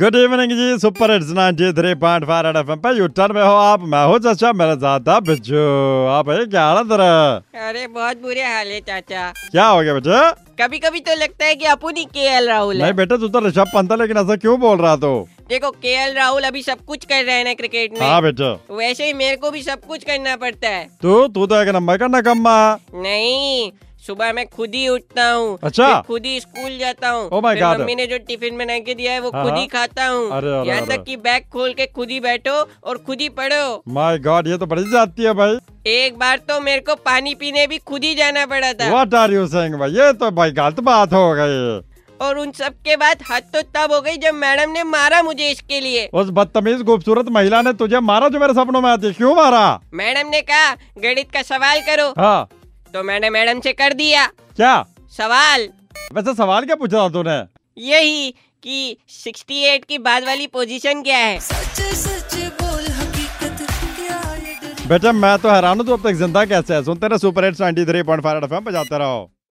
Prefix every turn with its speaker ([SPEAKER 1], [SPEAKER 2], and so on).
[SPEAKER 1] Good evening ji super hits 93.5 red FM पे U turn में हो आप मैं हूं चाचा मेरे साथ था बिज्जू आप भाई क्या हाल है तेरा
[SPEAKER 2] अरे बहुत बुरे हाल है चाचा
[SPEAKER 1] क्या हो गया बेटे
[SPEAKER 2] कभी कभी तो लगता है कि अपन ही के एल राहुल है
[SPEAKER 1] नहीं बेटे तू तो ऋषभ पंत है लेकिन ऐसा क्यों बोल रहा तू
[SPEAKER 2] देखो के एल राहुल अभी सब कुछ कर रहे हैं ना क्रिकेट
[SPEAKER 1] हाँ
[SPEAKER 2] में
[SPEAKER 1] बेटे
[SPEAKER 2] वैसे ही मेरे को भी सब कुछ करना पड़ता है
[SPEAKER 1] तू तू तो एक नंबर का नकम्मा है।
[SPEAKER 2] नहीं सुबह मैं खुद ही उठता हूँ
[SPEAKER 1] अच्छा।
[SPEAKER 2] फिर खुद ही स्कूल जाता हूँ
[SPEAKER 1] Oh my
[SPEAKER 2] फिर
[SPEAKER 1] God.
[SPEAKER 2] मम्मी ने जो टिफिन बना के दिया है वो
[SPEAKER 1] हाँ,
[SPEAKER 2] खुद ही
[SPEAKER 1] हाँ।
[SPEAKER 2] खाता
[SPEAKER 1] अरे,
[SPEAKER 2] हूँ
[SPEAKER 1] अरे,
[SPEAKER 2] यहाँ
[SPEAKER 1] अरे।
[SPEAKER 2] तक कि बैग खोल के खुद ही बैठो और खुद ही पढ़ो
[SPEAKER 1] माय गॉड ये तो बड़ी जाती है भाई
[SPEAKER 2] एक बार तो मेरे को पानी पीने भी खुद ही जाना पड़ा था
[SPEAKER 1] व्हाट आर यू सेइंग भाई ये तो भाई गलत बात हो गई
[SPEAKER 2] और उन सब के बाद हद तो तब हो गई जब मैडम ने मारा मुझे इसके लिए
[SPEAKER 1] उस बदतमीज खूबसूरत महिला ने तुझे मारा जो मेरे सपनों में आती है क्यों मारा
[SPEAKER 2] मैडम ने कहा गणित का सवाल करो
[SPEAKER 1] हाँ
[SPEAKER 2] तो मैंने मैडम से कर दिया
[SPEAKER 1] क्या
[SPEAKER 2] सवाल
[SPEAKER 1] वैसे सवाल क्या पूछा था तूने
[SPEAKER 2] यही कि 68 की बाद वाली पोजीशन क्या है
[SPEAKER 3] सच सच बोल हकीकत क्या ये डर
[SPEAKER 1] बेटा मैं तो हैरान हूँ तू अब तक जिंदा कैसे है सुनते रहो सुपर हिट्स 93.5 एफएम बजाते रहो